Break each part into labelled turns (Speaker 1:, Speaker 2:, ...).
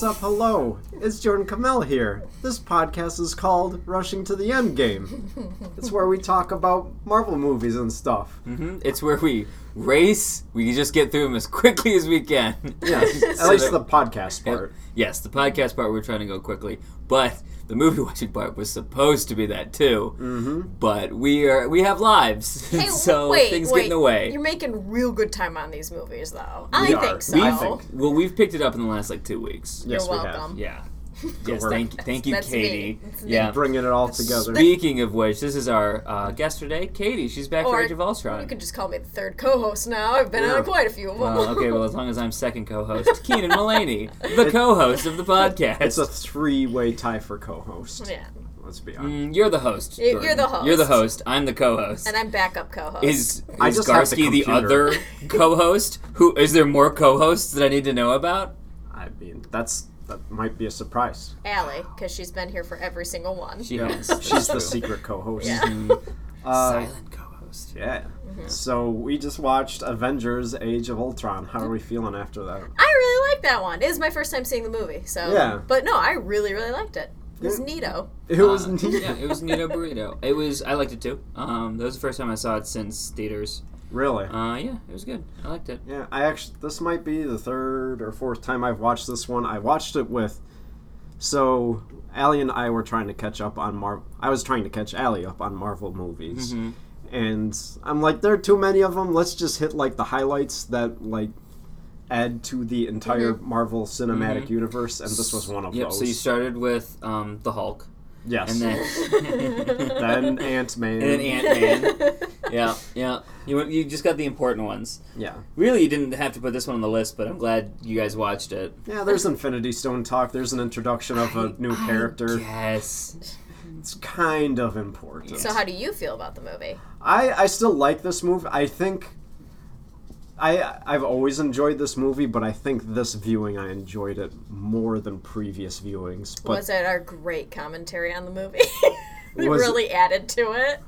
Speaker 1: Hello, it's Jordan Kamel here. This podcast is called Rushing to the End Game. It's where we talk about Marvel movies and stuff.
Speaker 2: hmm It's where we race. We just get through them as quickly as we can.
Speaker 1: Yes, at
Speaker 2: So
Speaker 1: least
Speaker 2: that-
Speaker 1: the podcast part.
Speaker 2: Yes, the podcast part we're trying to go quickly, but the movie watching part was supposed to be that too. Mm-hmm. But we are we have lives,
Speaker 3: Hey,
Speaker 2: so
Speaker 3: wait,
Speaker 2: things
Speaker 3: wait.
Speaker 2: get in the way.
Speaker 3: You're making real good time on these movies, though. I
Speaker 1: are.
Speaker 3: think so.
Speaker 1: We
Speaker 2: We've-
Speaker 1: think.
Speaker 2: Well, we've picked it up in the last like two weeks.
Speaker 1: Yes,
Speaker 3: You're
Speaker 1: we have.
Speaker 3: welcome.
Speaker 2: Yeah. Yes,
Speaker 1: work.
Speaker 2: thank, thank you,
Speaker 3: That's me.
Speaker 2: Katie.
Speaker 3: That's me.
Speaker 2: Yeah.
Speaker 1: Bringing it all together.
Speaker 2: Speaking of which, this is our uh, guest today, Katie. She's back for
Speaker 3: Or
Speaker 2: Age of Ultron.
Speaker 3: You can just call me the third co-host now. I've been
Speaker 1: Yeah.
Speaker 3: on quite a few of them.
Speaker 2: Well, Uh, Oh, okay, well, as long as I'm second co host, Keenan Mullaney, the co host of the podcast.
Speaker 1: It's a three way tie for co host.
Speaker 3: yeah,
Speaker 1: Let's be honest.
Speaker 2: Mm, You're the host.
Speaker 3: Y- you're
Speaker 2: Jordan.
Speaker 3: the host.
Speaker 2: You're the host. I'm the co-host.
Speaker 3: and I'm backup co-host.
Speaker 2: is
Speaker 1: I
Speaker 2: is
Speaker 1: just have the
Speaker 2: Garsky the,
Speaker 1: computer.
Speaker 2: other co-host? Who is there more co-hosts that I need to know about?
Speaker 1: I mean, that's that might be a surprise.
Speaker 3: Allie, because she's been here for every single one.
Speaker 2: She
Speaker 1: Yeah,
Speaker 2: has. that's
Speaker 1: She's the
Speaker 2: true.
Speaker 1: secret co host.
Speaker 3: Yeah.
Speaker 2: Mm-hmm.
Speaker 3: Mm-hmm.
Speaker 1: Uh,
Speaker 2: silent co-host.
Speaker 1: yeah. So we just watched Avengers Age of Ultron. How
Speaker 3: Mm-hmm.
Speaker 1: are we feeling after that?
Speaker 2: Uh,
Speaker 3: I really like that one. It was my first time seeing the movie, so
Speaker 1: Yeah.
Speaker 3: But no, I really, really liked it. It was
Speaker 1: Yeah.
Speaker 3: neato.
Speaker 1: It was
Speaker 2: Uh,
Speaker 1: neat.
Speaker 2: yeah, it was Nito Burrito. It was. I liked it too. Um, that was the first time I saw it since theaters.
Speaker 1: Really?
Speaker 2: Uh, yeah, it was good. I liked it.
Speaker 1: Yeah, I actually this might be the third or fourth time I've watched this one. I watched it with so Allie and I were trying to catch up on Marvel. I was trying to catch Allie up on Marvel movies,
Speaker 2: Mm-hmm.
Speaker 1: and I'm like, there are too many of them. Let's just hit like the highlights that like add to the entire Marvel Cinematic Universe, and this was one of
Speaker 2: Mm-hmm. Yep.
Speaker 1: those.
Speaker 2: So you started with um, the Hulk,
Speaker 1: yes,
Speaker 2: and then
Speaker 1: then Ant Man.
Speaker 2: and then Ant Man. yeah, yeah. You went- you just got the important ones.
Speaker 1: yeah,
Speaker 2: Really, you didn't have to put this one on the list, but I'm glad you guys watched it.
Speaker 1: yeah. There's Infinity Stone talk. There's an introduction of a new character.
Speaker 2: Yes.
Speaker 1: It's kind of important.
Speaker 3: So how do you feel about the movie?
Speaker 1: I I still like this movie. I think I I've always enjoyed this movie, but I think this viewing I enjoyed it more than previous viewings. But
Speaker 3: was it our great commentary on the movie? we
Speaker 1: Was it-
Speaker 3: really added to it.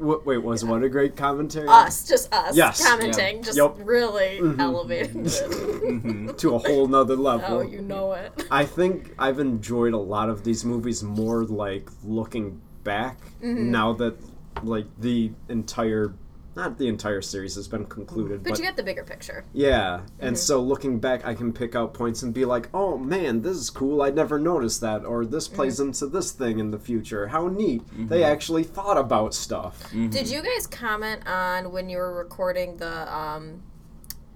Speaker 1: w- wait, was what a great commentary
Speaker 3: Us, just us,
Speaker 1: Yes.
Speaker 3: commenting, just
Speaker 1: Yep.
Speaker 3: really elevated it.
Speaker 1: to a whole nother level.
Speaker 3: oh, you know it.
Speaker 1: I think I've enjoyed a lot of these movies more like looking back
Speaker 3: Mm-hmm.
Speaker 1: now that like the entire not the entire series has been concluded,
Speaker 3: But you get the bigger picture.
Speaker 1: Yeah, and
Speaker 3: Mm-hmm.
Speaker 1: so looking back, I can pick out points and be like, "Oh man, this is cool. I never noticed that," or "This
Speaker 3: Mm-hmm.
Speaker 1: plays into this thing in the future. How neat! They actually thought about stuff."
Speaker 3: Did you guys comment on when you were recording the um,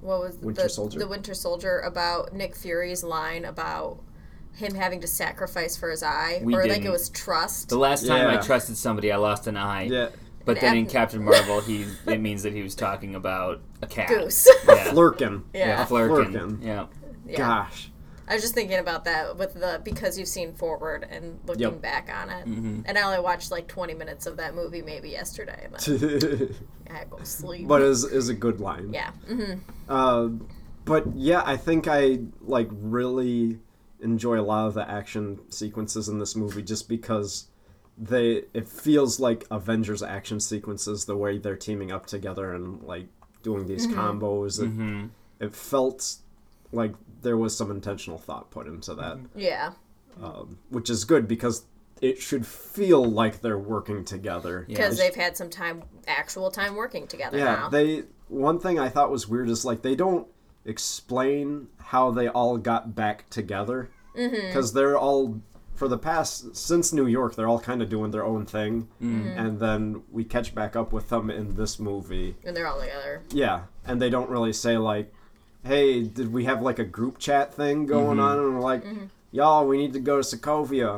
Speaker 3: what was the-
Speaker 1: Winter
Speaker 3: the,
Speaker 1: Soldier?
Speaker 3: The Winter Soldier about Nick Fury's line about him having to sacrifice for his eye,
Speaker 2: We
Speaker 3: or like it
Speaker 2: didn't.
Speaker 3: was trust.
Speaker 2: The last time
Speaker 1: Yeah.
Speaker 2: I trusted somebody, I lost an eye.
Speaker 1: Yeah,
Speaker 2: But then in
Speaker 3: An-
Speaker 2: Captain Marvel, he it means that he was talking about a cat.
Speaker 3: Goose.
Speaker 2: Yeah.
Speaker 1: Flurkin.
Speaker 2: yeah.
Speaker 3: Yeah.
Speaker 2: Flurkin.
Speaker 1: Flurkin.
Speaker 2: Yeah.
Speaker 3: Yeah.
Speaker 1: Gosh,
Speaker 3: I was just thinking about that with the because you've seen forward and looking
Speaker 1: Yep.
Speaker 3: back on it, and I only watched like twenty minutes of that movie maybe yesterday, and then I had to go to sleep.
Speaker 1: but is is a good line.
Speaker 3: yeah, hmm
Speaker 1: Uh, but yeah, I think I like really enjoy a lot of the action sequences in this movie just because they it feels like Avengers action sequences the way they're teaming up together and like doing these combos. It, it felt like there was some intentional thought put into that,
Speaker 3: yeah.
Speaker 1: um, which is good because it should feel like they're working together.
Speaker 3: because they've had some time, actual time working together
Speaker 1: Yeah,
Speaker 3: now.
Speaker 1: they one thing I thought was weird is like they don't explain how they all got back together
Speaker 3: Mm-hmm.
Speaker 1: because they're all for the past since New York they're all kind of doing their own thing and then we catch back up with them in this movie.
Speaker 3: and they're all together.
Speaker 1: Yeah, and they don't really say like, "Hey, did we have like a group chat thing going on?" And we're like,
Speaker 3: Mm-hmm.
Speaker 1: "Y'all, we need to go to Sokovia."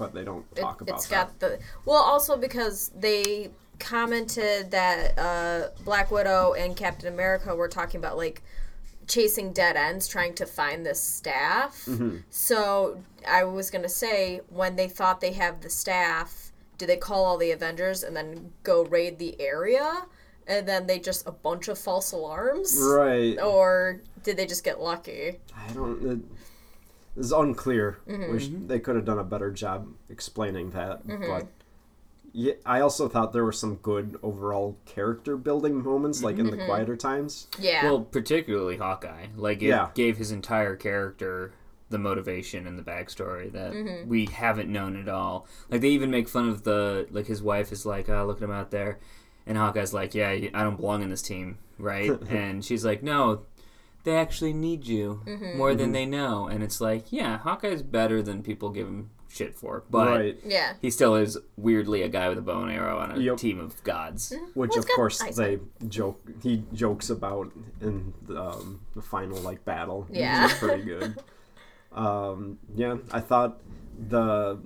Speaker 1: But they don't
Speaker 3: It,
Speaker 1: talk about
Speaker 3: it's
Speaker 1: that.
Speaker 3: got the well, also because they commented that uh, Black Widow and Captain America were talking about like chasing dead ends, trying to find this staff.
Speaker 1: Mm-hmm.
Speaker 3: So I was gonna say when they thought they have the staff, do they call all the Avengers and then go raid the area? And then they just a bunch of false alarms,
Speaker 1: right.
Speaker 3: or did they just get lucky?
Speaker 1: I don't. It, it's unclear.
Speaker 3: Mm-hmm.
Speaker 1: Wish they could have done a better job explaining that. But yeah, I also thought there were some good overall character building moments, like in
Speaker 3: Mm-hmm.
Speaker 1: the quieter times.
Speaker 3: Yeah.
Speaker 2: Well, particularly Hawkeye. Like it
Speaker 1: Yeah.
Speaker 2: gave his entire character the motivation and the backstory that we haven't known at all. Like they even make fun of the like his wife is like, oh, look at him out there, and Hawkeye's like, yeah, I don't belong in this team, right? and she's like, no, they actually need you more than
Speaker 1: Mm-hmm.
Speaker 2: they know. And it's like, yeah, Hawkeye's better than people give him shit for, but
Speaker 1: right.
Speaker 3: Yeah.
Speaker 2: he still is weirdly a guy with a bow and arrow on a
Speaker 1: Yep.
Speaker 2: team of gods.
Speaker 1: Which
Speaker 3: Well,
Speaker 1: of
Speaker 3: it's got
Speaker 1: course
Speaker 3: eyes
Speaker 1: they joke. He jokes about in the, um, the final like battle. which
Speaker 3: Yeah.
Speaker 1: is pretty good. um, yeah, I thought the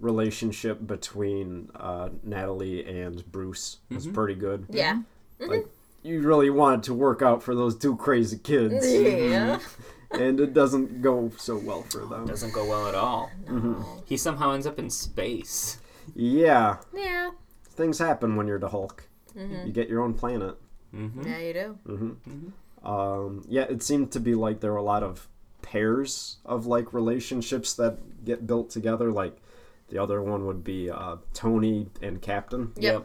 Speaker 1: relationship between uh, Natalie and Bruce was pretty good.
Speaker 3: Yeah.
Speaker 1: Like you really wanted to work out for those two crazy kids,
Speaker 3: Yeah.
Speaker 1: and it doesn't go so well for them.
Speaker 2: Doesn't go well at all. He somehow ends up in space.
Speaker 1: Yeah,
Speaker 3: Yeah.
Speaker 1: things happen when you're the Hulk. You get your own planet. Mm-hmm.
Speaker 3: Yeah, you do.
Speaker 1: Um, yeah, it seemed to be like there were a lot of pairs of like relationships that get built together. Like the other one would be uh, Tony and Captain.
Speaker 3: Yep.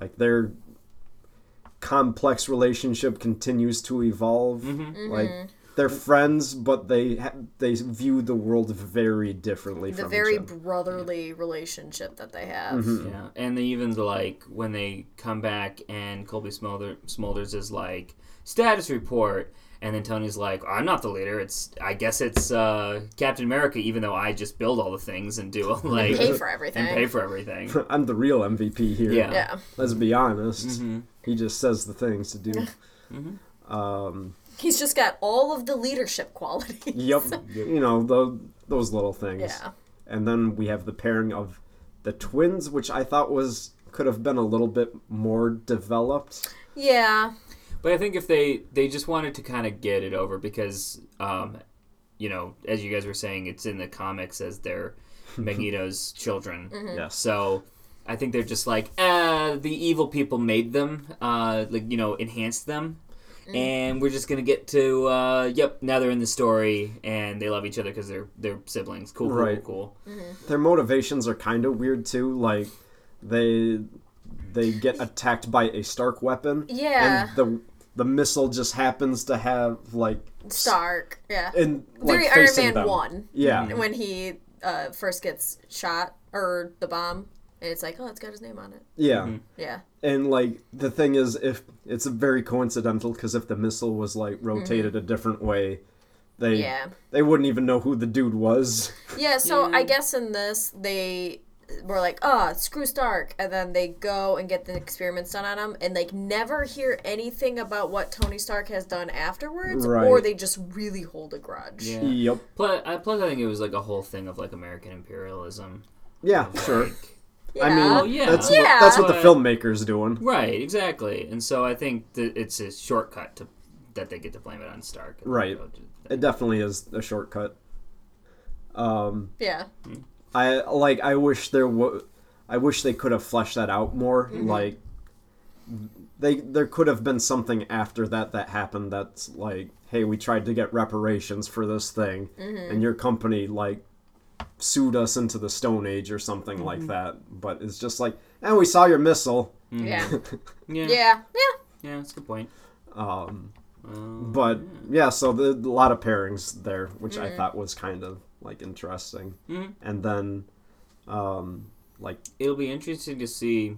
Speaker 1: Like their complex relationship continues to evolve.
Speaker 3: Mm-hmm.
Speaker 1: Like they're friends, but they ha- they view the world very differently.
Speaker 3: The
Speaker 1: from
Speaker 3: very
Speaker 1: each other.
Speaker 3: brotherly relationship that they have.
Speaker 1: Mm-hmm.
Speaker 2: Yeah, and they even like when they come back and Colby Smolder, Smolders is like status report, and then Tony's like, I'm not the leader. It's I guess it's uh, Captain America, even though I just build all the things and do all, like
Speaker 3: Pay for everything.
Speaker 2: and pay for everything.
Speaker 1: I'm the real MVP here.
Speaker 2: Yeah.
Speaker 3: yeah.
Speaker 1: Let's be honest. He just says the things to do. Um,
Speaker 3: He's just got all of the leadership qualities.
Speaker 1: Yep. You know, tho- those little things.
Speaker 3: Yeah.
Speaker 1: And then we have the pairing of the twins, which I thought was could have been a little bit more developed.
Speaker 3: Yeah.
Speaker 2: But I think if they they just wanted to kind of get it over because, um, you know, as you guys were saying, it's in the comics as they're Magneto's children.
Speaker 3: Mm-hmm.
Speaker 1: Yes.
Speaker 2: So I think they're just like, ah, the evil people made them, uh, like you know, enhanced them, and we're just gonna get to, uh, yep, now they're in the story and they love each other because they're they're siblings. Cool, cool,
Speaker 1: Right.
Speaker 2: cool, cool.
Speaker 1: Their motivations are kind of weird too. Like they they get attacked by a Stark weapon.
Speaker 3: Yeah.
Speaker 1: And the the missile just happens to have like
Speaker 3: Stark. Yeah.
Speaker 1: and like
Speaker 3: Very Iron
Speaker 1: facing
Speaker 3: Man
Speaker 1: them.
Speaker 3: 1.
Speaker 1: Yeah.
Speaker 3: When he uh, first gets shot or the bomb, and it's like, oh, it's got his name on it.
Speaker 1: Yeah.
Speaker 2: Mm-hmm.
Speaker 3: Yeah.
Speaker 1: And like the thing is, if it's very coincidental, because if the missile was like rotated a different way, they
Speaker 3: Mm-hmm. Yeah.
Speaker 1: they wouldn't even know who the dude was.
Speaker 3: Yeah, so I guess in this they were like, "Oh, screw Stark," and then they go and get the experiments done on him, and like never hear anything about what Tony Stark has done afterwards, or
Speaker 1: Right.
Speaker 3: they just really hold a grudge.
Speaker 2: Yeah.
Speaker 1: Yep.
Speaker 2: Plus, I, plus, I think it was like a whole thing of like American imperialism.
Speaker 1: Yeah, sure.
Speaker 2: Like,
Speaker 1: I mean,
Speaker 3: Yeah.
Speaker 2: Oh, yeah.
Speaker 1: that's
Speaker 3: Yeah.
Speaker 1: What, that's what the
Speaker 2: But-
Speaker 1: filmmaker's doing.
Speaker 2: Right, exactly. And so I think that it's a shortcut to that they get to blame it on Stark. Oh,
Speaker 1: Right. It definitely is a shortcut. Um,
Speaker 3: Yeah.
Speaker 1: I like. I wish there wa I wish they could have fleshed that out more. Like, they there could have been something after that that happened. That's like, hey, we tried to get reparations for this thing, and your company like sued us into the Stone Age or something like that. But it's just like, and we saw your missile.
Speaker 3: Yeah.
Speaker 2: Yeah. Yeah.
Speaker 3: Mm-hmm. yeah. Yeah.
Speaker 2: That's a good point.
Speaker 1: Um,
Speaker 2: Um,
Speaker 1: but yeah, so the, a lot of pairings there, which I thought was kind of like interesting.
Speaker 2: Mhm.
Speaker 1: And then, um, like
Speaker 2: it'll be interesting to see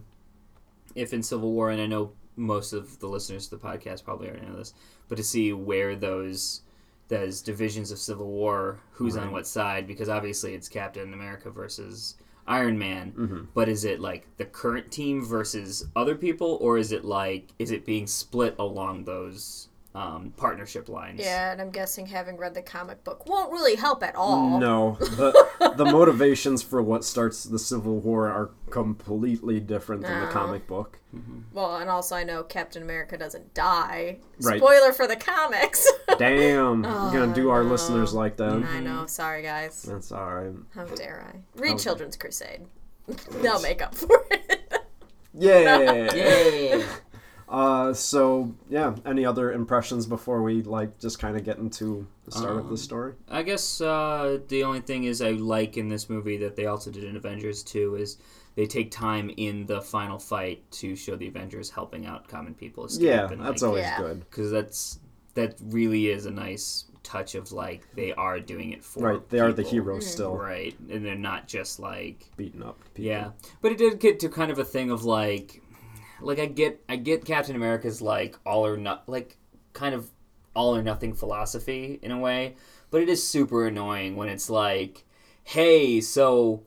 Speaker 2: if in Civil War, and I know most of the listeners to the podcast probably already know this, but to see where those those divisions of Civil War, who's on what side, because obviously it's Captain America versus Iron Man, but is it like the current team versus other people, or is it like is it being split along those um, partnership lines?
Speaker 3: Yeah, and I'm guessing having read the comic book won't really help at all.
Speaker 1: no, the the motivations for what starts the Civil War are completely different than the comic book.
Speaker 3: Well, and also I know Captain America doesn't die.
Speaker 1: Right.
Speaker 3: Spoiler for the comics.
Speaker 1: Damn, you're gonna do our listeners like that.
Speaker 3: I know. Sorry, guys.
Speaker 1: That's all right.
Speaker 3: How dare I? Read Children's Crusade. They'll make up for it.
Speaker 1: Yeah.
Speaker 2: Yay!
Speaker 1: Uh, so yeah, any other impressions before we like just kind of get into the start
Speaker 2: Um,
Speaker 1: of the story?
Speaker 2: I guess uh, the only thing is I like in this movie that they also did in Avengers 2 is they take time in the final fight to show the Avengers helping out common people escape.
Speaker 1: Yeah,
Speaker 2: and,
Speaker 1: that's
Speaker 2: like,
Speaker 1: always
Speaker 3: Yeah.
Speaker 1: good.
Speaker 2: Because that's that really is a nice touch of like they are doing it for
Speaker 1: Right, they are the
Speaker 2: people.
Speaker 1: heroes still
Speaker 2: right and they're not just like
Speaker 1: beating up people.
Speaker 2: yeah but it did get to kind of a thing of like like i get i get captain america's like all or not like kind of all or nothing philosophy in a way but it is super annoying when it's like hey so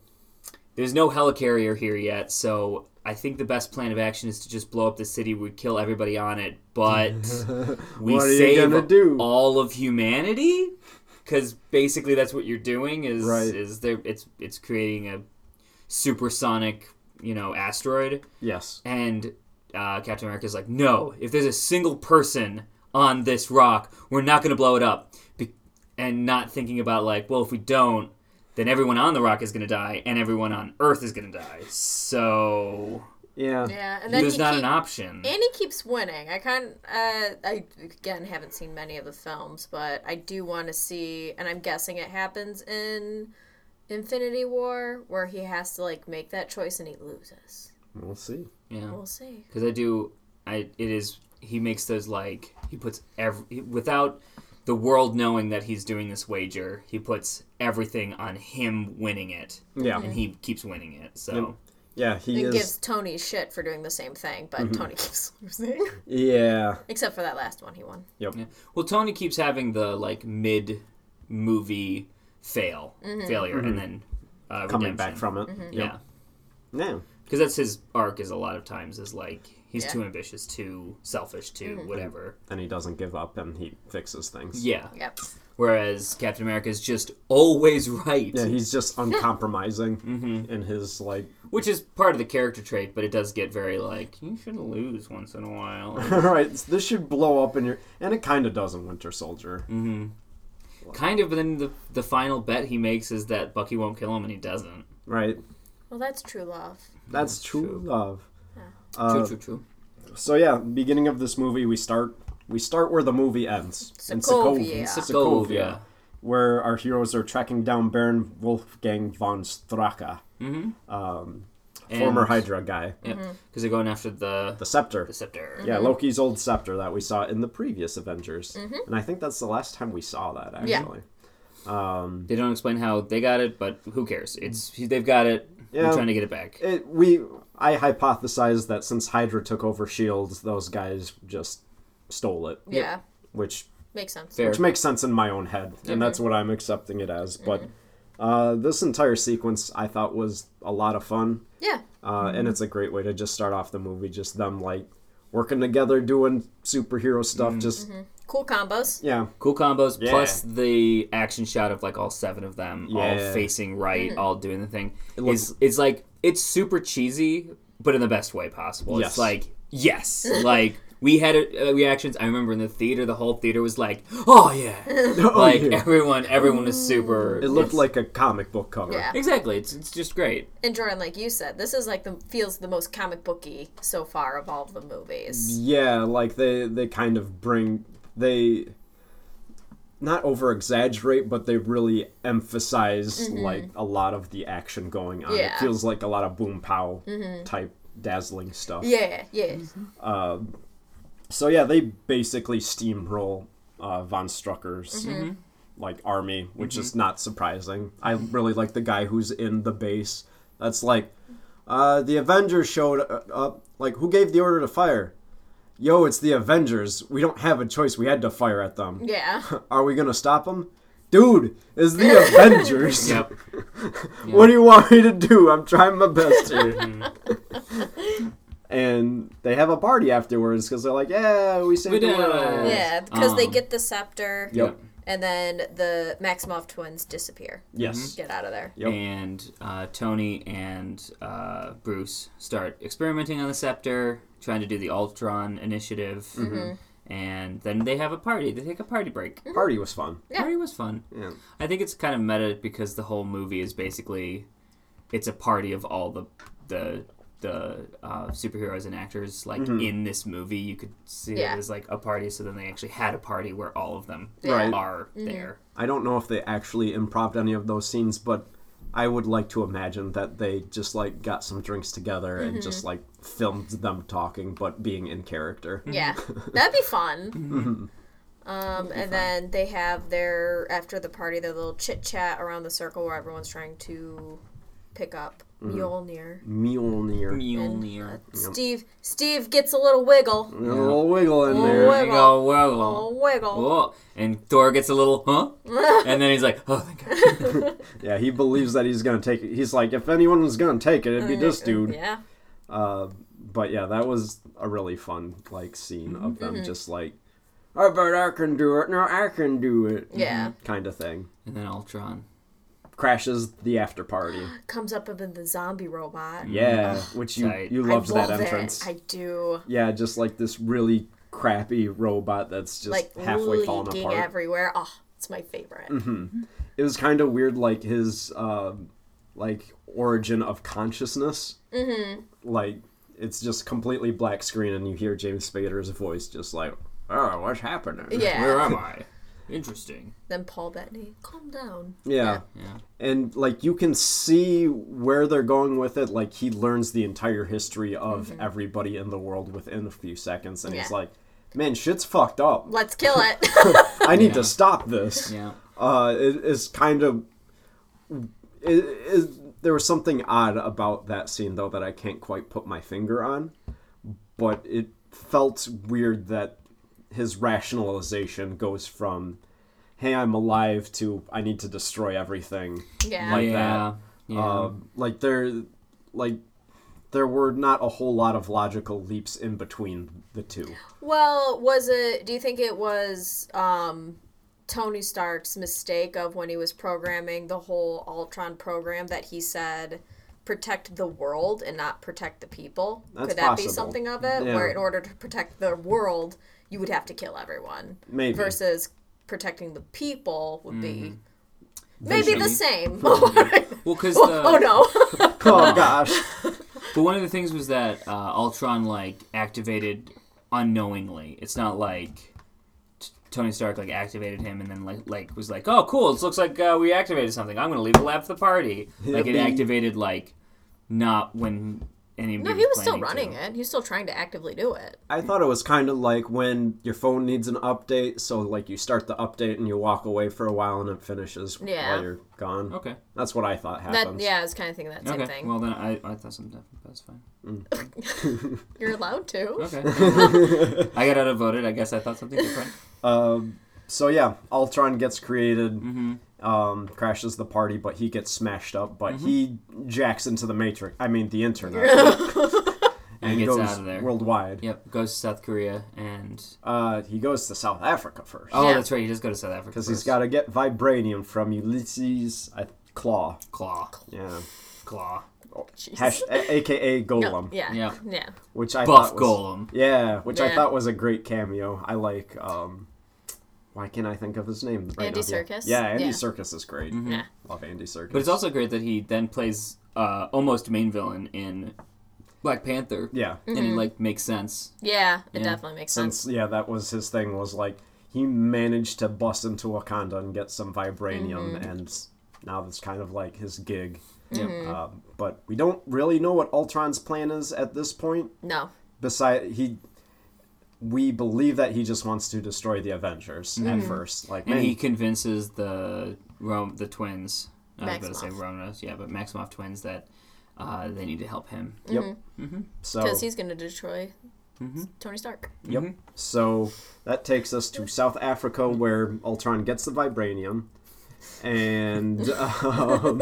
Speaker 2: there's no helicarrier here yet so i think the best plan of action is to just blow up the city we kill everybody on it but we
Speaker 1: What are you
Speaker 2: save
Speaker 1: gonna do?
Speaker 2: all of humanity because basically that's what you're doing is
Speaker 1: Right.
Speaker 2: is there it's it's creating a supersonic, you know, asteroid.
Speaker 1: Yes.
Speaker 2: And uh, Captain America's like, no, if there's a single person on this rock, we're not going to blow it up. Be- and not thinking about, like, well, if we don't, then everyone on the rock is going to die and everyone on Earth is going to die. So
Speaker 1: Yeah.
Speaker 3: Yeah, and then
Speaker 2: there's
Speaker 3: he
Speaker 2: not
Speaker 3: keep-
Speaker 2: an option.
Speaker 3: And he keeps winning. I kind uh, I again haven't seen many of the films, but I do want to see, and I'm guessing it happens in Infinity War where he has to like make that choice and he loses.
Speaker 1: We'll see.
Speaker 2: yeah.
Speaker 3: We'll see.
Speaker 2: because I do. I it is he makes those like he puts every without the world knowing that he's doing this wager. He puts everything on him winning it,
Speaker 1: Yeah.
Speaker 2: and he keeps winning it. So
Speaker 1: Yeah, he
Speaker 3: It
Speaker 1: is.
Speaker 3: gives Tony shit for doing the same thing, but
Speaker 2: Mm-hmm.
Speaker 3: Tony keeps losing.
Speaker 1: Yeah.
Speaker 3: Except for that last one he won.
Speaker 1: Yep.
Speaker 2: yeah. well, Tony keeps having the like mid movie fail failure, and then uh,
Speaker 1: Mm-hmm. Coming
Speaker 2: redemption.
Speaker 1: back from it.
Speaker 2: yeah.
Speaker 1: Yeah.
Speaker 2: Because that's his arc is a lot of times is like he's
Speaker 3: Yeah.
Speaker 2: too ambitious, too selfish, too whatever.
Speaker 1: And he doesn't give up and he fixes things.
Speaker 2: Yeah.
Speaker 3: Yep.
Speaker 2: Whereas Captain America is just always right.
Speaker 1: Yeah, Mm-hmm. he's just uncompromising in his like
Speaker 2: which is part of the character trait, but it does get very like you should lose once in a while.
Speaker 1: All right, this should blow up in your and it kind of does in Winter Soldier.
Speaker 2: kind of, but then the the final bet he makes is that Bucky won't kill him, and he doesn't.
Speaker 1: Right,
Speaker 3: Well, that's true love.
Speaker 1: that's Mm-hmm. true love. Uh,
Speaker 2: true, true, true.
Speaker 1: So yeah, beginning of this movie, we start we start where the movie ends in
Speaker 3: Sokovia.
Speaker 1: Sokovia,
Speaker 2: Sokovia.
Speaker 1: where our heroes are tracking down Baron Wolfgang von Straka,
Speaker 2: And-
Speaker 1: former Hydra guy,
Speaker 2: Yeah, because they're going after the
Speaker 1: the Scepter.
Speaker 2: the scepter.
Speaker 1: Yeah, Loki's old scepter that we saw in the previous Avengers, and I think that's the last time we saw that
Speaker 3: Yeah.
Speaker 1: actually.
Speaker 2: They don't explain how they got it, but who cares? It's they've got it.
Speaker 1: Yeah.
Speaker 2: We're trying to get it back.
Speaker 1: it, we I hypothesized that since Hydra took over Shields, E those guys just stole it,
Speaker 3: Yeah.
Speaker 1: which
Speaker 3: Makes sense.
Speaker 2: Fair.
Speaker 1: which makes sense in my own head, and that's what I'm accepting it as. But uh, this entire sequence I thought was a lot of fun,
Speaker 3: Yeah.
Speaker 1: uh, and it's a great way to just start off the movie, just them like working together, doing superhero stuff, just
Speaker 3: Cool combos.
Speaker 1: yeah,
Speaker 2: Cool combos
Speaker 1: Yeah.
Speaker 2: plus the action shot of like all seven of them
Speaker 1: Yeah.
Speaker 2: all facing right, all doing the thing. is it's like it's super cheesy, but in the best way possible.
Speaker 1: Yes.
Speaker 2: It's like yes, like we had uh, reactions. I remember in the theater, the whole theater was like, "Oh yeah!" like
Speaker 1: yeah.
Speaker 2: everyone, everyone was super.
Speaker 1: it looked like a comic book cover.
Speaker 3: Yeah.
Speaker 2: exactly. It's it's just great.
Speaker 3: And Jordan, like you said, this is like the feels the most comic booky so far of all of the movies.
Speaker 1: Yeah, like they they kind of bring they not over exaggerate, but they really emphasize like a lot of the action going on. It
Speaker 3: Yeah.
Speaker 1: feels like a lot of boom pow type dazzling stuff.
Speaker 3: Yeah, yeah.
Speaker 1: So yeah, they basically steamroll uh, von Strucker's like army, which is not surprising. I really like the guy who's in the base. That's like uh, the Avengers showed uh, up. Like who gave the order to fire? Yo, it's the Avengers. We don't have a choice. We had to fire at them.
Speaker 3: Yeah.
Speaker 1: Are we gonna stop them? Dude, it's the Avengers.
Speaker 2: Yep.
Speaker 1: What do you want me to do? I'm trying my best here. and they have a party afterwards because they're like, yeah, we saved
Speaker 2: We
Speaker 1: the
Speaker 2: did
Speaker 1: world.
Speaker 2: it.
Speaker 3: Yeah, because they
Speaker 2: Um,
Speaker 3: get the scepter.
Speaker 1: Yep.
Speaker 3: And then the Maximoff twins disappear.
Speaker 1: Yes.
Speaker 3: Get out of there.
Speaker 1: Yep.
Speaker 2: And uh, Tony and uh, Bruce start experimenting on the scepter, trying to do the Ultron initiative,
Speaker 3: Mm-hmm.
Speaker 2: and then they have a party. They take a party break.
Speaker 1: Party was fun.
Speaker 3: Yeah.
Speaker 2: Party was fun.
Speaker 1: Yeah.
Speaker 2: I think it's kind of meta because the whole movie is basically it's a party of all the the the uh, superheroes and actors like
Speaker 1: Mm-hmm.
Speaker 2: in this movie. You could see
Speaker 3: Yeah.
Speaker 2: it as like a party. So then they actually had a party where all of them
Speaker 1: Right.
Speaker 2: are
Speaker 3: Mm-hmm.
Speaker 2: there.
Speaker 1: I don't know if they actually improv any of those scenes, but I would like to imagine that they just like got some drinks together
Speaker 3: Mm-hmm.
Speaker 1: and just like
Speaker 2: Mm-hmm.
Speaker 1: filmed them talking but being in character.
Speaker 3: Yeah. Mm-hmm. That'd be fun.
Speaker 1: Mm-hmm.
Speaker 3: Um, and then they have their after the party their little chit chat around the circle where everyone's trying to pick up
Speaker 1: Mm-hmm.
Speaker 3: Mjolnir.
Speaker 1: Mjolnir.
Speaker 2: Mjolnir.
Speaker 3: Steve Steve gets a little
Speaker 1: A
Speaker 3: wiggle,
Speaker 1: little wiggle in
Speaker 3: Little
Speaker 1: there.
Speaker 2: There you go, wiggle.
Speaker 3: a little wiggle.
Speaker 2: Oh, and Thor gets a little, huh? and then he's like, oh, thank God.
Speaker 1: Yeah, he believes that he's gonna take it. He's like, if anyone was gonna take it, it'd be this dude.
Speaker 3: Oh, Yeah,
Speaker 1: Uh, but yeah, that was a really fun like scene of them
Speaker 3: Mm-hmm.
Speaker 1: just like, oh, but I can do it. No, I can do it.
Speaker 3: Yeah.
Speaker 1: kind of thing.
Speaker 2: And then Ultron.
Speaker 1: Crashes the after party.
Speaker 3: comes up in the zombie robot.
Speaker 1: Yeah, which you
Speaker 2: tight.
Speaker 1: you
Speaker 3: I
Speaker 1: loved that
Speaker 3: love it.
Speaker 1: entrance.
Speaker 3: I do.
Speaker 1: Yeah, just like this really crappy robot that's just
Speaker 3: Like
Speaker 1: halfway fallen
Speaker 3: leaking
Speaker 1: apart. Mm-hmm.
Speaker 3: everywhere. Oh, it's my favorite.
Speaker 1: it was kind of weird like his um like origin of consciousness mm-hmm. like it's just completely black screen and you hear james spader's voice just like oh what's happening
Speaker 3: Yeah.
Speaker 2: Where am I? Interesting.
Speaker 3: Then Paul Bettany, calm down.
Speaker 1: yeah
Speaker 2: Yeah.
Speaker 1: and like you can see where they're going with it like he learns the entire history of everybody in the world within a few seconds and he's
Speaker 3: Yeah.
Speaker 1: like man shit's fucked up
Speaker 3: Let's kill it.
Speaker 1: i need to stop this
Speaker 2: Yeah.
Speaker 1: uh, it is kind of. It, it, there was something odd about that scene though that I can't quite put my finger on, but it felt weird that his rationalization goes from, "Hey, I'm alive," to "I need to destroy everything."
Speaker 3: yeah.
Speaker 1: Like
Speaker 2: yeah.
Speaker 1: that.
Speaker 2: Yeah.
Speaker 1: Um, like there, like there were not a whole lot of logical leaps in between the two.
Speaker 3: Well, was it? Do you think it was um, Tony Stark's mistake of when he was programming the whole Ultron program that he said protect the world and not protect the people?
Speaker 1: That's
Speaker 3: Could that be
Speaker 1: possible.
Speaker 3: something of it?
Speaker 1: Yeah.
Speaker 3: Where in order to protect the world, you would have to kill everyone,
Speaker 1: Maybe.
Speaker 3: versus protecting the people would be
Speaker 1: Mm-hmm.
Speaker 3: maybe the
Speaker 2: Vision.
Speaker 3: same.
Speaker 2: well, because
Speaker 3: oh no!
Speaker 1: oh gosh.
Speaker 2: But one of the things was that uh, Ultron like activated unknowingly. It's not like t- Tony Stark like activated him and then like like was like, oh cool, it looks like uh, we activated something. I'm gonna leave the lab for the party. Like it
Speaker 1: Yippee.
Speaker 2: activated like not when anybody.
Speaker 3: no, he was still
Speaker 2: planning
Speaker 3: running
Speaker 2: to.
Speaker 3: it. He was still trying to actively do it.
Speaker 1: I thought it was kind of like when your phone needs an update, so like you start the update and you walk away for a while and it finishes
Speaker 3: Yeah.
Speaker 1: while you're gone.
Speaker 2: Okay.
Speaker 1: That's what I thought
Speaker 3: That
Speaker 1: happened.
Speaker 3: yeah, I was kind of thinking that same
Speaker 2: Okay.
Speaker 3: thing.
Speaker 2: Well then, I, I thought something different. That's fine.
Speaker 3: You're allowed to.
Speaker 2: Okay. I got outvoted. I guess I thought something different.
Speaker 1: Um, So yeah, Ultron gets created,
Speaker 3: Mm-hmm.
Speaker 1: um, crashes the party, but he gets smashed up. But
Speaker 3: Mm-hmm.
Speaker 1: he jacks into the Matrix. I mean, the internet.
Speaker 2: And gets out of there.
Speaker 1: worldwide.
Speaker 2: Yep. Goes to South Korea and
Speaker 1: Uh, he goes to South Africa first
Speaker 2: oh,
Speaker 3: Yeah.
Speaker 2: that's right. He does go to South Africa
Speaker 1: because he's
Speaker 2: first.
Speaker 1: got to get vibranium from Ulysses I, Claw.
Speaker 2: claw,
Speaker 1: Yeah,
Speaker 2: claw.
Speaker 3: Jesus.
Speaker 1: Hash, a- aka
Speaker 3: No,
Speaker 1: Golem,
Speaker 3: yeah.
Speaker 2: Yeah.
Speaker 3: Yeah.
Speaker 1: which I
Speaker 2: Buff
Speaker 1: thought was,
Speaker 2: Golem.
Speaker 1: Yeah, which I
Speaker 3: Yeah.
Speaker 1: thought was a great cameo. I like. um Why can't I think of his name?
Speaker 3: Andy
Speaker 1: now? Yeah.
Speaker 3: Serkis?
Speaker 1: Yeah, Andy
Speaker 3: Yeah.
Speaker 1: Circus is great.
Speaker 3: Yeah.
Speaker 1: Love Andy Circus.
Speaker 2: Mm-hmm. But it's also great that he then plays uh, almost main villain in Black Panther.
Speaker 1: yeah,
Speaker 2: And it
Speaker 3: Mm-hmm.
Speaker 2: like makes sense.
Speaker 3: Yeah, it definitely makes sense.
Speaker 1: since yeah, that was his thing. Was like he managed to bust into Wakanda and get some vibranium,
Speaker 3: Mm-hmm.
Speaker 1: and now that's kind of like his gig.
Speaker 3: Mm.
Speaker 2: Yeah.
Speaker 1: Um, but we don't really know what Ultron's plan is at this point.
Speaker 3: No.
Speaker 1: Beside he. We believe that he just wants to destroy the Avengers
Speaker 3: Mm-hmm.
Speaker 1: at first. Like,
Speaker 2: And
Speaker 1: man,
Speaker 2: he convinces the Rome the twins. I was gonna say
Speaker 3: Maximoff.
Speaker 2: Ronas, yeah, but Maximoff twins that uh, they need to help him.
Speaker 1: yep.
Speaker 2: Mm-hmm.
Speaker 1: So
Speaker 3: Because he's going to destroy Tony Stark.
Speaker 1: Yep. So that takes us to South Africa, where Ultron gets the vibranium, and um,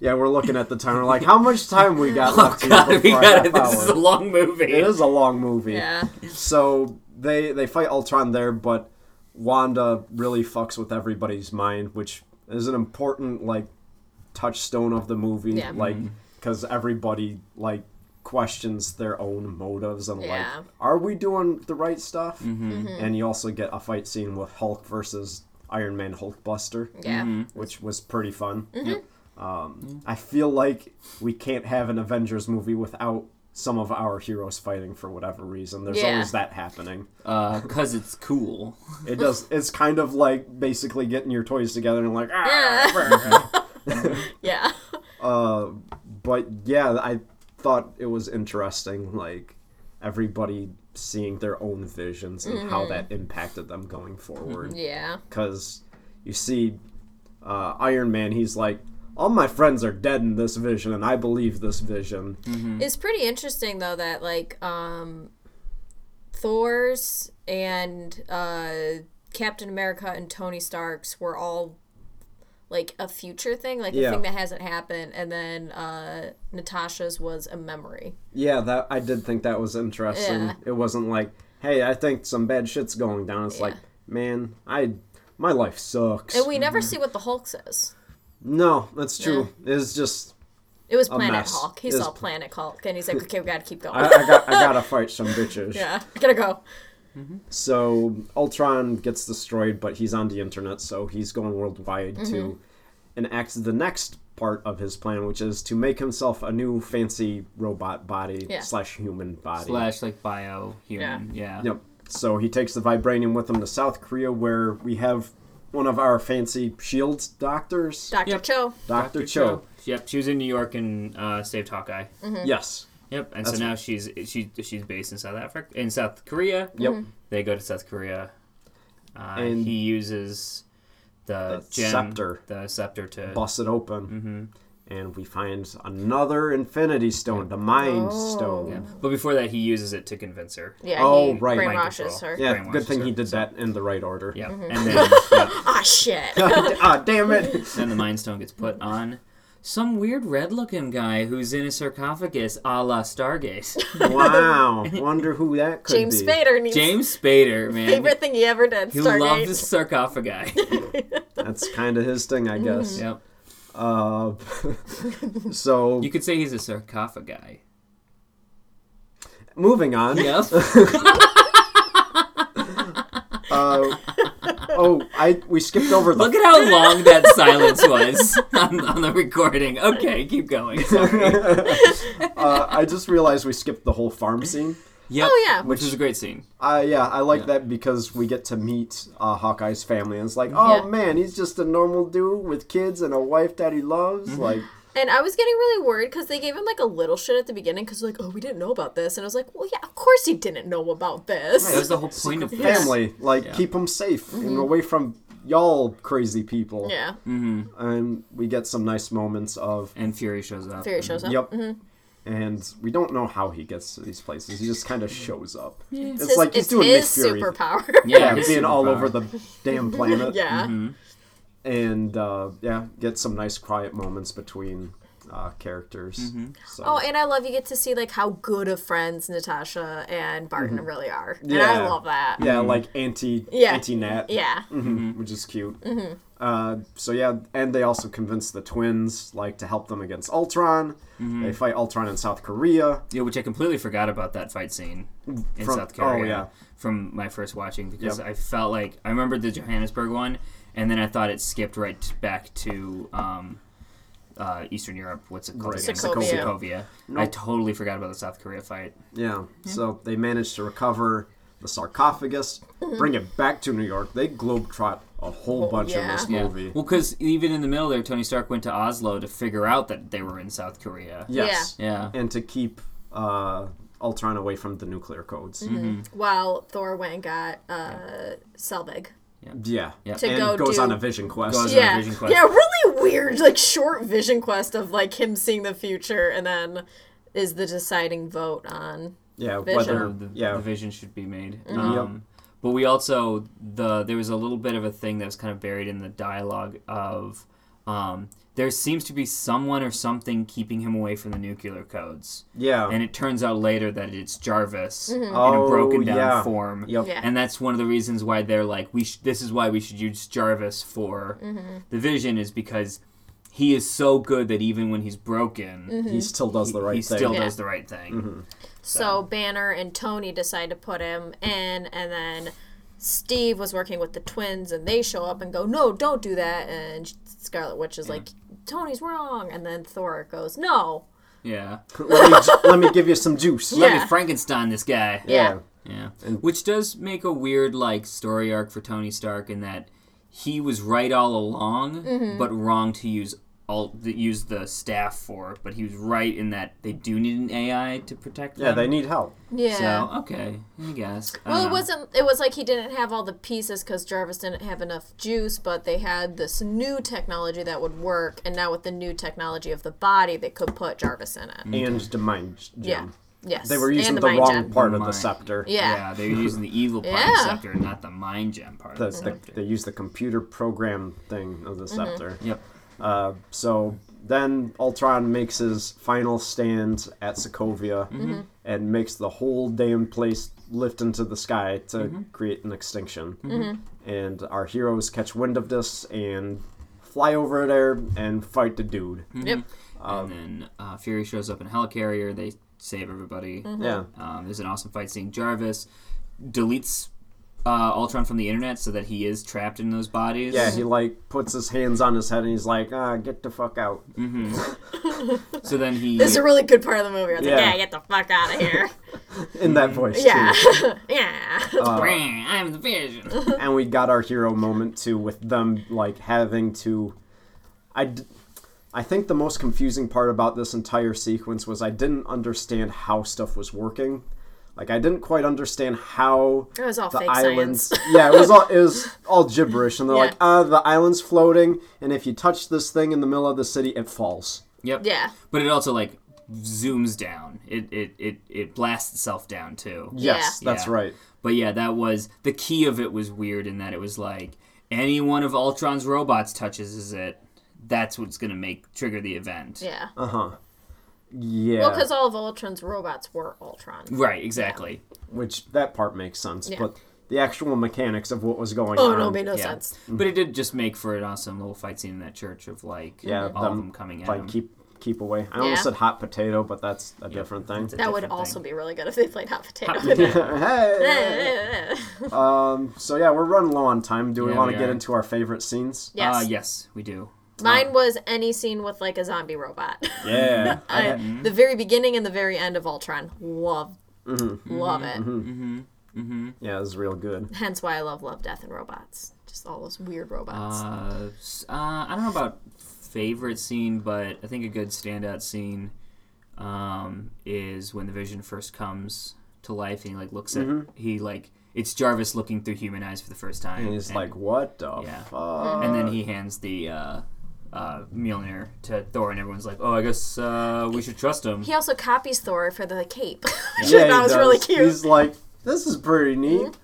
Speaker 1: yeah, we're looking at the time. We're like, how much time we got left here
Speaker 2: Oh God, we
Speaker 1: before a
Speaker 2: got it.
Speaker 1: half
Speaker 2: This is a
Speaker 1: hour?
Speaker 2: long movie.
Speaker 1: Oh, It is a long movie.
Speaker 3: Yeah.
Speaker 1: So they they fight Ultron there, but Wanda really fucks with everybody's mind, which is an important like touchstone of the movie,
Speaker 3: Yeah.
Speaker 1: like because everybody like questions their own motives and
Speaker 3: Yeah. Mm-hmm.
Speaker 1: like, are we doing the right stuff? And you also get a fight scene with Hulk versus Iron Man Hulkbuster,
Speaker 3: Yeah.
Speaker 1: which was pretty fun. Um, I feel like we can't have an Avengers movie without some of our heroes fighting for whatever reason. There's
Speaker 3: Yeah.
Speaker 1: always that happening.
Speaker 2: Uh, Cause it's cool.
Speaker 1: It does. It's kind of like basically getting your toys together and like, ah.
Speaker 3: Yeah.
Speaker 1: uh, but yeah, I thought it was interesting. Like, everybody seeing their own visions and how that impacted them going forward.
Speaker 3: Yeah.
Speaker 1: Because you see uh, Iron Man, he's like, all my friends are dead in this vision, and I believe this vision.
Speaker 3: It's pretty interesting though that like um Thor's and uh Captain America and Tony Stark's were all like a future thing, like
Speaker 1: Yeah.
Speaker 3: a thing that hasn't happened, and then uh Natasha's was a memory.
Speaker 1: Yeah, that I did think that was interesting.
Speaker 3: Yeah.
Speaker 1: It wasn't like, hey, I think some bad shit's going down. It's like, man, I my life sucks.
Speaker 3: And we never see what the Hulk says.
Speaker 1: no, that's true. It's just
Speaker 3: It was Planet
Speaker 1: mess.
Speaker 3: Hulk. He
Speaker 1: It was
Speaker 3: saw
Speaker 1: pl-
Speaker 3: Planet Hulk and he's like, Okay, we gotta keep going.
Speaker 1: I, I got I gotta fight some bitches.
Speaker 3: yeah, I gotta go.
Speaker 1: So Ultron gets destroyed, but he's on the internet, so he's going worldwide
Speaker 3: Mm-hmm.
Speaker 1: to enact the next part of his plan, which is to make himself a new fancy robot body
Speaker 3: Yeah.
Speaker 1: slash human body.
Speaker 2: Slash like bio human. Yeah.
Speaker 1: Yep. So he takes the vibranium with him to South Korea, where we have one of our fancy shields doctors,
Speaker 3: Doctor
Speaker 2: Yep.
Speaker 3: Cho.
Speaker 1: Doctor Cho.
Speaker 2: Yep, she was in New York and uh, saved Hawkeye.
Speaker 3: Mm.
Speaker 1: Yes.
Speaker 2: Yep, and
Speaker 1: That's
Speaker 2: so now she's she she's based in South Africa in South Korea.
Speaker 1: Yep.
Speaker 3: Mm-hmm.
Speaker 2: They go to South Korea. Uh,
Speaker 1: And-
Speaker 2: he uses the,
Speaker 1: The
Speaker 2: gem,
Speaker 1: scepter.
Speaker 2: the scepter to
Speaker 1: Bust it open,
Speaker 2: Mm-hmm.
Speaker 1: and we find another Infinity Stone, the Mind
Speaker 3: Oh.
Speaker 1: Stone.
Speaker 2: Yeah. But before that, he uses it to convince her.
Speaker 3: Yeah,
Speaker 1: Oh,
Speaker 3: he
Speaker 1: right. Mind
Speaker 3: brainwashes
Speaker 2: control.
Speaker 3: her.
Speaker 1: Yeah,
Speaker 2: Brainwashes
Speaker 1: good thing
Speaker 2: her,
Speaker 1: he did that in the right order.
Speaker 2: Yeah,
Speaker 3: Mm-hmm.
Speaker 2: and then yeah,
Speaker 3: Ah shit.
Speaker 1: ah, damn it.
Speaker 2: then the Mind Stone gets put on some weird red-looking guy who's in a sarcophagus, a la Stargaze.
Speaker 1: Wow. Wonder who that could
Speaker 3: James
Speaker 1: be.
Speaker 3: Spader needs
Speaker 2: James Spader, man,
Speaker 3: favorite thing he ever did.
Speaker 2: he
Speaker 3: Stargate.
Speaker 2: loved his sarcophagi.
Speaker 1: That's kind of his thing, I
Speaker 3: Mm-hmm.
Speaker 1: guess.
Speaker 2: yep,
Speaker 1: Uh, so,
Speaker 2: you could say he's a sarcophagi.
Speaker 1: moving on.
Speaker 2: Yep.
Speaker 1: Uh, oh, I we skipped over the
Speaker 2: Look at how long that silence was on, on the recording. Okay, keep going.
Speaker 3: Oh,
Speaker 2: Sorry.
Speaker 1: Uh, I just realized we skipped the whole farm scene.
Speaker 2: Yep.
Speaker 3: Oh, yeah.
Speaker 2: Which is a great scene.
Speaker 1: Uh, yeah, I like that because we get to meet uh, Hawkeye's family, and it's like, oh
Speaker 3: Yeah.
Speaker 1: man, he's just a normal dude with kids and a wife that he loves. Like,
Speaker 3: And I was getting really worried because they gave him like a little shit at the beginning because like, oh, we didn't know about this, and I was like, well, yeah, of course he didn't know about
Speaker 2: That was
Speaker 3: this.
Speaker 2: the whole point of this.
Speaker 1: family, like keep him safe and away from y'all crazy people.
Speaker 3: Mm-hmm. Yeah,
Speaker 1: And we get some nice moments of
Speaker 2: And Fury shows up.
Speaker 3: Fury shows up. Mm-hmm.
Speaker 1: yep. And we don't know how he gets to these places. He just kind of shows up. It's,
Speaker 3: It's his,
Speaker 1: like he's
Speaker 3: it's
Speaker 1: doing
Speaker 3: his
Speaker 1: Nick Fury.
Speaker 3: superpower.
Speaker 1: Yeah, Mm-hmm.
Speaker 2: Yeah, his
Speaker 1: being all
Speaker 2: superpower.
Speaker 1: over the damn planet.
Speaker 3: yeah,
Speaker 1: and uh, yeah, get some nice quiet moments between uh, characters. So,
Speaker 3: Oh, and I love you get to see like how good of friends Natasha and Barton really are, and I
Speaker 1: Mm-hmm. Yeah.
Speaker 3: love that.
Speaker 1: yeah,
Speaker 2: Mm-hmm.
Speaker 1: like anti
Speaker 3: Yeah.
Speaker 1: anti Nat,
Speaker 3: Yeah. Mm-hmm.
Speaker 1: Mhm, which is cute. Uh, so yeah, and they also convince the twins like to help them against Ultron.
Speaker 2: Mm-hmm.
Speaker 1: They fight Ultron in South Korea.
Speaker 2: Yeah, which I completely forgot about that fight scene in
Speaker 1: From-
Speaker 2: South
Speaker 1: oh,
Speaker 2: Korea
Speaker 1: yeah.
Speaker 2: from my first watching because
Speaker 1: Yep.
Speaker 2: I felt like I remembered the Johannesburg one, and then I thought it skipped right t- back to um, uh, Eastern Europe. What's it called?
Speaker 1: Right.
Speaker 2: again?
Speaker 3: Sokovia.
Speaker 2: Sokovia. I totally forgot about the South Korea fight.
Speaker 1: Yeah,
Speaker 3: Mm-hmm.
Speaker 1: so they manage to recover the sarcophagus,
Speaker 3: Mm-hmm.
Speaker 1: bring it back to New York. They globetrot a whole bunch in
Speaker 3: yeah.
Speaker 1: this
Speaker 2: Yeah.
Speaker 1: movie.
Speaker 2: Well, because even in the middle there, Tony Stark went to Oslo to figure out that they were in South Korea.
Speaker 1: Yes,
Speaker 2: Yeah.
Speaker 1: and to keep uh, Ultron away from the nuclear codes.
Speaker 3: Mm-hmm. While Thor went and got uh, Selvig.
Speaker 1: Yeah.
Speaker 2: Yeah.
Speaker 3: To
Speaker 1: and
Speaker 3: go
Speaker 1: goes
Speaker 3: do-
Speaker 1: on a vision quest.
Speaker 2: Goes on a
Speaker 3: Yeah,
Speaker 2: vision quest.
Speaker 3: yeah, really weird, like short vision quest of like him seeing the future, and then is the deciding vote on
Speaker 1: yeah,
Speaker 3: Vision.
Speaker 1: whether
Speaker 2: the,
Speaker 1: yeah, Mm-hmm.
Speaker 2: the vision should be made. Um, But we also the there was a little bit of a thing that was kind of buried in the dialogue of um, there seems to be someone or something keeping him away from the nuclear codes,
Speaker 1: yeah.
Speaker 2: and it turns out later that it's Jarvis in
Speaker 1: Oh,
Speaker 2: a broken down
Speaker 1: yeah.
Speaker 2: form.
Speaker 1: Yep.
Speaker 3: Yeah.
Speaker 2: And that's one of the reasons why they're like we. Sh- this is why we should use Jarvis for
Speaker 3: Mm-hmm.
Speaker 2: the vision is because he is so good that even when he's broken,
Speaker 3: Mm-hmm. Mm.
Speaker 1: He still does the right
Speaker 2: he
Speaker 1: thing. Mm-hmm.
Speaker 2: still
Speaker 3: Yeah.
Speaker 2: does the right thing.
Speaker 3: So Banner and Tony decide to put him in, and then Steve was working with the twins, and they show up and go, "No, don't do that." And Scarlet Witch is like, "Tony's wrong," and then Thor goes, "No."
Speaker 2: Yeah.
Speaker 1: let, me, ju- let me give you some juice.
Speaker 2: Let
Speaker 3: Yeah.
Speaker 2: me Frankenstein this guy.
Speaker 1: Yeah.
Speaker 2: Yeah. Which does make a weird like story
Speaker 3: Mm-hmm.
Speaker 2: arc for Tony Stark in that he was right all along, but wrong to use all that use the staff for, but he was right in that they do need an AI to protect
Speaker 1: Yeah,
Speaker 2: them.
Speaker 1: they need help.
Speaker 3: Yeah.
Speaker 2: So okay, I guess. I
Speaker 1: um,
Speaker 3: well,
Speaker 2: don't
Speaker 3: it
Speaker 2: know.
Speaker 3: wasn't. It was like he didn't have all the pieces because Jarvis didn't have enough juice. But they had this new technology that would work, and now with the new technology of the body, they could put Jarvis in it.
Speaker 1: And the mind gem.
Speaker 3: Yeah. Yes.
Speaker 1: They were
Speaker 3: And
Speaker 1: using the,
Speaker 3: mind
Speaker 1: wrong
Speaker 3: gem.
Speaker 1: part of the
Speaker 2: Mind.
Speaker 1: scepter.
Speaker 3: Yeah.
Speaker 2: they were using the evil part of
Speaker 3: Yeah.
Speaker 2: the scepter, not the mind gem part
Speaker 1: The,
Speaker 2: of the
Speaker 1: the,
Speaker 2: scepter.
Speaker 1: they used the computer program thing of the
Speaker 3: Mm-hmm.
Speaker 1: scepter.
Speaker 2: Yep.
Speaker 1: Uh, so then Ultron makes his final stand at Sokovia
Speaker 2: Mm-hmm.
Speaker 1: and makes the whole damn place lift into the sky to
Speaker 2: Mm-hmm.
Speaker 1: create an extinction.
Speaker 3: Mm-hmm.
Speaker 1: And our heroes catch wind of this and fly over there and fight the dude.
Speaker 2: Mm-hmm.
Speaker 3: Yep.
Speaker 2: and then uh, Fury shows up in a helicarrier. They save everybody.
Speaker 3: Mm-hmm.
Speaker 1: Yeah.
Speaker 2: Um, there's an awesome fight scene. Jarvis deletes uh, Ultron from the internet so that he is trapped in those bodies.
Speaker 1: Yeah, he like puts his hands on his head and he's like, ah, get the fuck out.
Speaker 2: so then he.
Speaker 3: This is a really good part of the movie. I was
Speaker 1: Yeah.
Speaker 3: like, yeah, get the fuck out of here.
Speaker 1: In that voice,
Speaker 3: yeah.
Speaker 1: too.
Speaker 3: yeah.
Speaker 2: Uh, Brang, I'm the Vision.
Speaker 1: and we got our hero moment too with them like having to I d- I think the most confusing part about this entire sequence was I didn't understand how stuff was working. Like I didn't quite understand how
Speaker 3: It was all
Speaker 1: the
Speaker 3: fake
Speaker 1: islands. yeah, it was all it was all gibberish, and they're
Speaker 3: Yeah.
Speaker 1: like, "Ah, the island's floating, and if you touch this thing in the middle of the city, it falls."
Speaker 2: Yep.
Speaker 3: Yeah.
Speaker 2: But it also like zooms down. It it it, it blasts itself down too.
Speaker 1: Yes, that's
Speaker 2: Yeah.
Speaker 1: right.
Speaker 2: But yeah, that was the key of it was weird in that it was like any one of Ultron's robots touches it, that's what's gonna make trigger the event.
Speaker 3: Yeah.
Speaker 1: Uh huh. Yeah.
Speaker 3: Well, because all of Ultron's robots were Ultron.
Speaker 2: Right, exactly.
Speaker 1: which that part makes sense,
Speaker 3: Yeah.
Speaker 1: but the actual mechanics of what was going
Speaker 3: Oh
Speaker 1: on.
Speaker 3: no, made no
Speaker 2: yeah.
Speaker 3: sense.
Speaker 2: But it did just make for an awesome little fight scene in that church of like
Speaker 1: Yeah,
Speaker 2: all of
Speaker 1: them,
Speaker 2: them coming at him.
Speaker 1: like keep keep away. I almost
Speaker 3: Yeah.
Speaker 1: said hot potato, but that's a different thing.
Speaker 2: It's a
Speaker 3: That would
Speaker 2: different
Speaker 3: also
Speaker 2: thing.
Speaker 3: be really good if they played hot potato.
Speaker 1: hey.
Speaker 3: yeah.
Speaker 1: Um. So yeah, we're running low on time. Do we
Speaker 2: Yeah,
Speaker 1: want
Speaker 2: we
Speaker 1: to get
Speaker 2: are.
Speaker 1: into our favorite scenes?
Speaker 3: Yes.
Speaker 2: Uh, yes, we do.
Speaker 3: Mine was any scene with like a zombie robot.
Speaker 1: Yeah.
Speaker 3: I- the very beginning and the very end of Ultron. Love, love it.
Speaker 1: yeah, it was real good.
Speaker 3: Hence why I love Love, Death, and Robots. Just all those weird robots.
Speaker 2: Uh, s- uh, I don't know about favorite scene, but I think a good standout scene um, is when the Vision first comes to life and he like looks at he like it's Jarvis looking through human eyes for the first time,
Speaker 1: And he's like, "What the
Speaker 2: Yeah.
Speaker 1: fuck?"
Speaker 2: and then he hands the uh, uh, Mjolnir to Thor, and everyone's like, "Oh, I guess uh, we should trust him."
Speaker 3: he also copies Thor for the cape, which
Speaker 1: Yeah,
Speaker 3: I
Speaker 1: he
Speaker 3: thought was really
Speaker 1: does.
Speaker 3: cute. Mm-hmm.
Speaker 1: He's like, "This is pretty neat."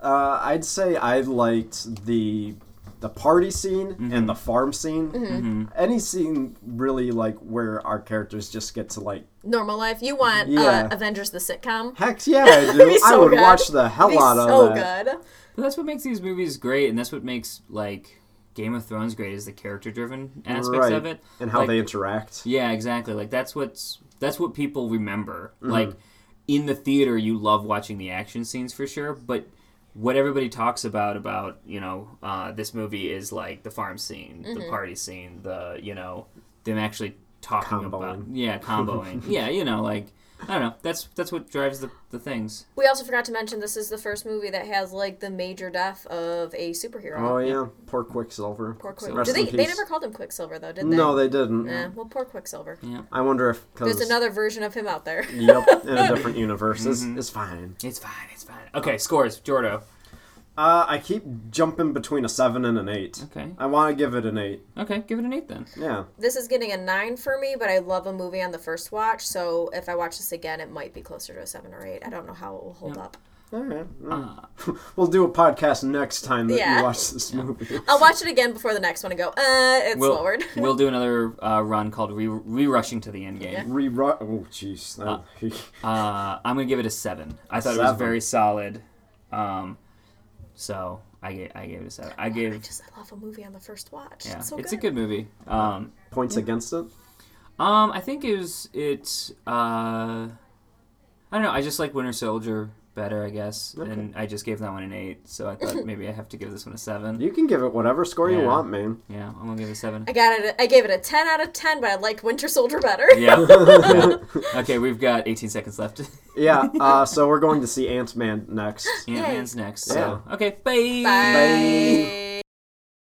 Speaker 1: Uh, I'd say I liked the the party scene
Speaker 2: Mm-hmm.
Speaker 1: and the farm scene.
Speaker 3: Mm-hmm.
Speaker 1: Any scene really like where our characters just get to like
Speaker 3: Normal life. You want
Speaker 1: Yeah.
Speaker 3: uh, Avengers the sitcom?
Speaker 1: Heck yeah, I do.
Speaker 3: Be
Speaker 1: I
Speaker 3: so
Speaker 1: would
Speaker 3: good.
Speaker 1: watch the hell
Speaker 3: Be
Speaker 1: out of
Speaker 3: so
Speaker 1: that.
Speaker 3: good.
Speaker 2: But that's what makes these movies great, and that's what makes like Game of Thrones great is the character-driven aspects
Speaker 1: Right.
Speaker 2: of it
Speaker 1: And how
Speaker 2: Like,
Speaker 1: they interact.
Speaker 2: Yeah, exactly. Like that's what's that's what people remember. Like in the theater, you love watching the action scenes for sure, but what everybody talks about about you know uh, this movie is like the farm scene, the party scene, the you know them actually talking about
Speaker 1: Comboing.
Speaker 2: yeah comboing yeah you know like I don't know that's that's what drives the the things.
Speaker 3: We also forgot to mention this is the first movie that has like the major death of a superhero.
Speaker 1: Oh yeah, poor Quicksilver.
Speaker 3: Poor Quicksilver.
Speaker 1: Rest
Speaker 3: Did they,
Speaker 1: in
Speaker 3: they
Speaker 1: peace.
Speaker 3: never called him Quicksilver though, did they?
Speaker 1: No, they didn't.
Speaker 3: Yeah, well, poor Quicksilver.
Speaker 1: I wonder if because
Speaker 3: There's another version of him out there.
Speaker 1: yep in a different universe. It's,
Speaker 2: Mm-hmm.
Speaker 1: it's fine.
Speaker 2: It's fine, it's fine. Okay, scores, Jordo.
Speaker 1: Uh, I keep jumping between a seven and an eight.
Speaker 2: Okay.
Speaker 1: I want to give it an eight.
Speaker 2: Okay, give it an eight then.
Speaker 1: Yeah.
Speaker 3: This is getting a nine for me, but I love a movie on the first watch, so if I watch this again, it might be closer to a seven or eight. I don't know how it will hold up.
Speaker 1: All right.
Speaker 2: Mm. Uh,
Speaker 1: we'll do a podcast next time that
Speaker 3: Yeah.
Speaker 1: you watch this movie.
Speaker 3: I'll watch it again before the next one and go, uh, it's
Speaker 2: We'll
Speaker 3: lowered.
Speaker 2: we'll do another uh, run called re- re-rushing to the end game.
Speaker 1: Rerun. Oh, jeez. That-
Speaker 2: Uh, I'm gonna give it a seven. I thought it was
Speaker 1: Seven.
Speaker 2: very solid. Um, so I gave I gave it a seven. I
Speaker 3: I
Speaker 2: gave
Speaker 3: just I love a movie on the first watch.
Speaker 2: yeah,
Speaker 3: it's so
Speaker 2: it's
Speaker 3: good.
Speaker 2: a good movie. Um,
Speaker 1: Points against it.
Speaker 2: um, I think it was it. Uh, I don't know. I just like Winter Soldier better, I guess, and I just gave that one an eight. So I thought maybe I have to give this one a seven.
Speaker 1: You can give it whatever score
Speaker 2: Yeah.
Speaker 1: you want, man.
Speaker 2: Yeah, I'm gonna give it a seven.
Speaker 3: I got it. I gave it a ten out of ten, but I liked Winter Soldier better.
Speaker 2: Yeah. yeah. Okay, we've got 18 seconds left.
Speaker 1: Yeah. Uh, so we're going to see Ant Man next.
Speaker 2: Ant Man's next. So okay, bye.
Speaker 3: Bye.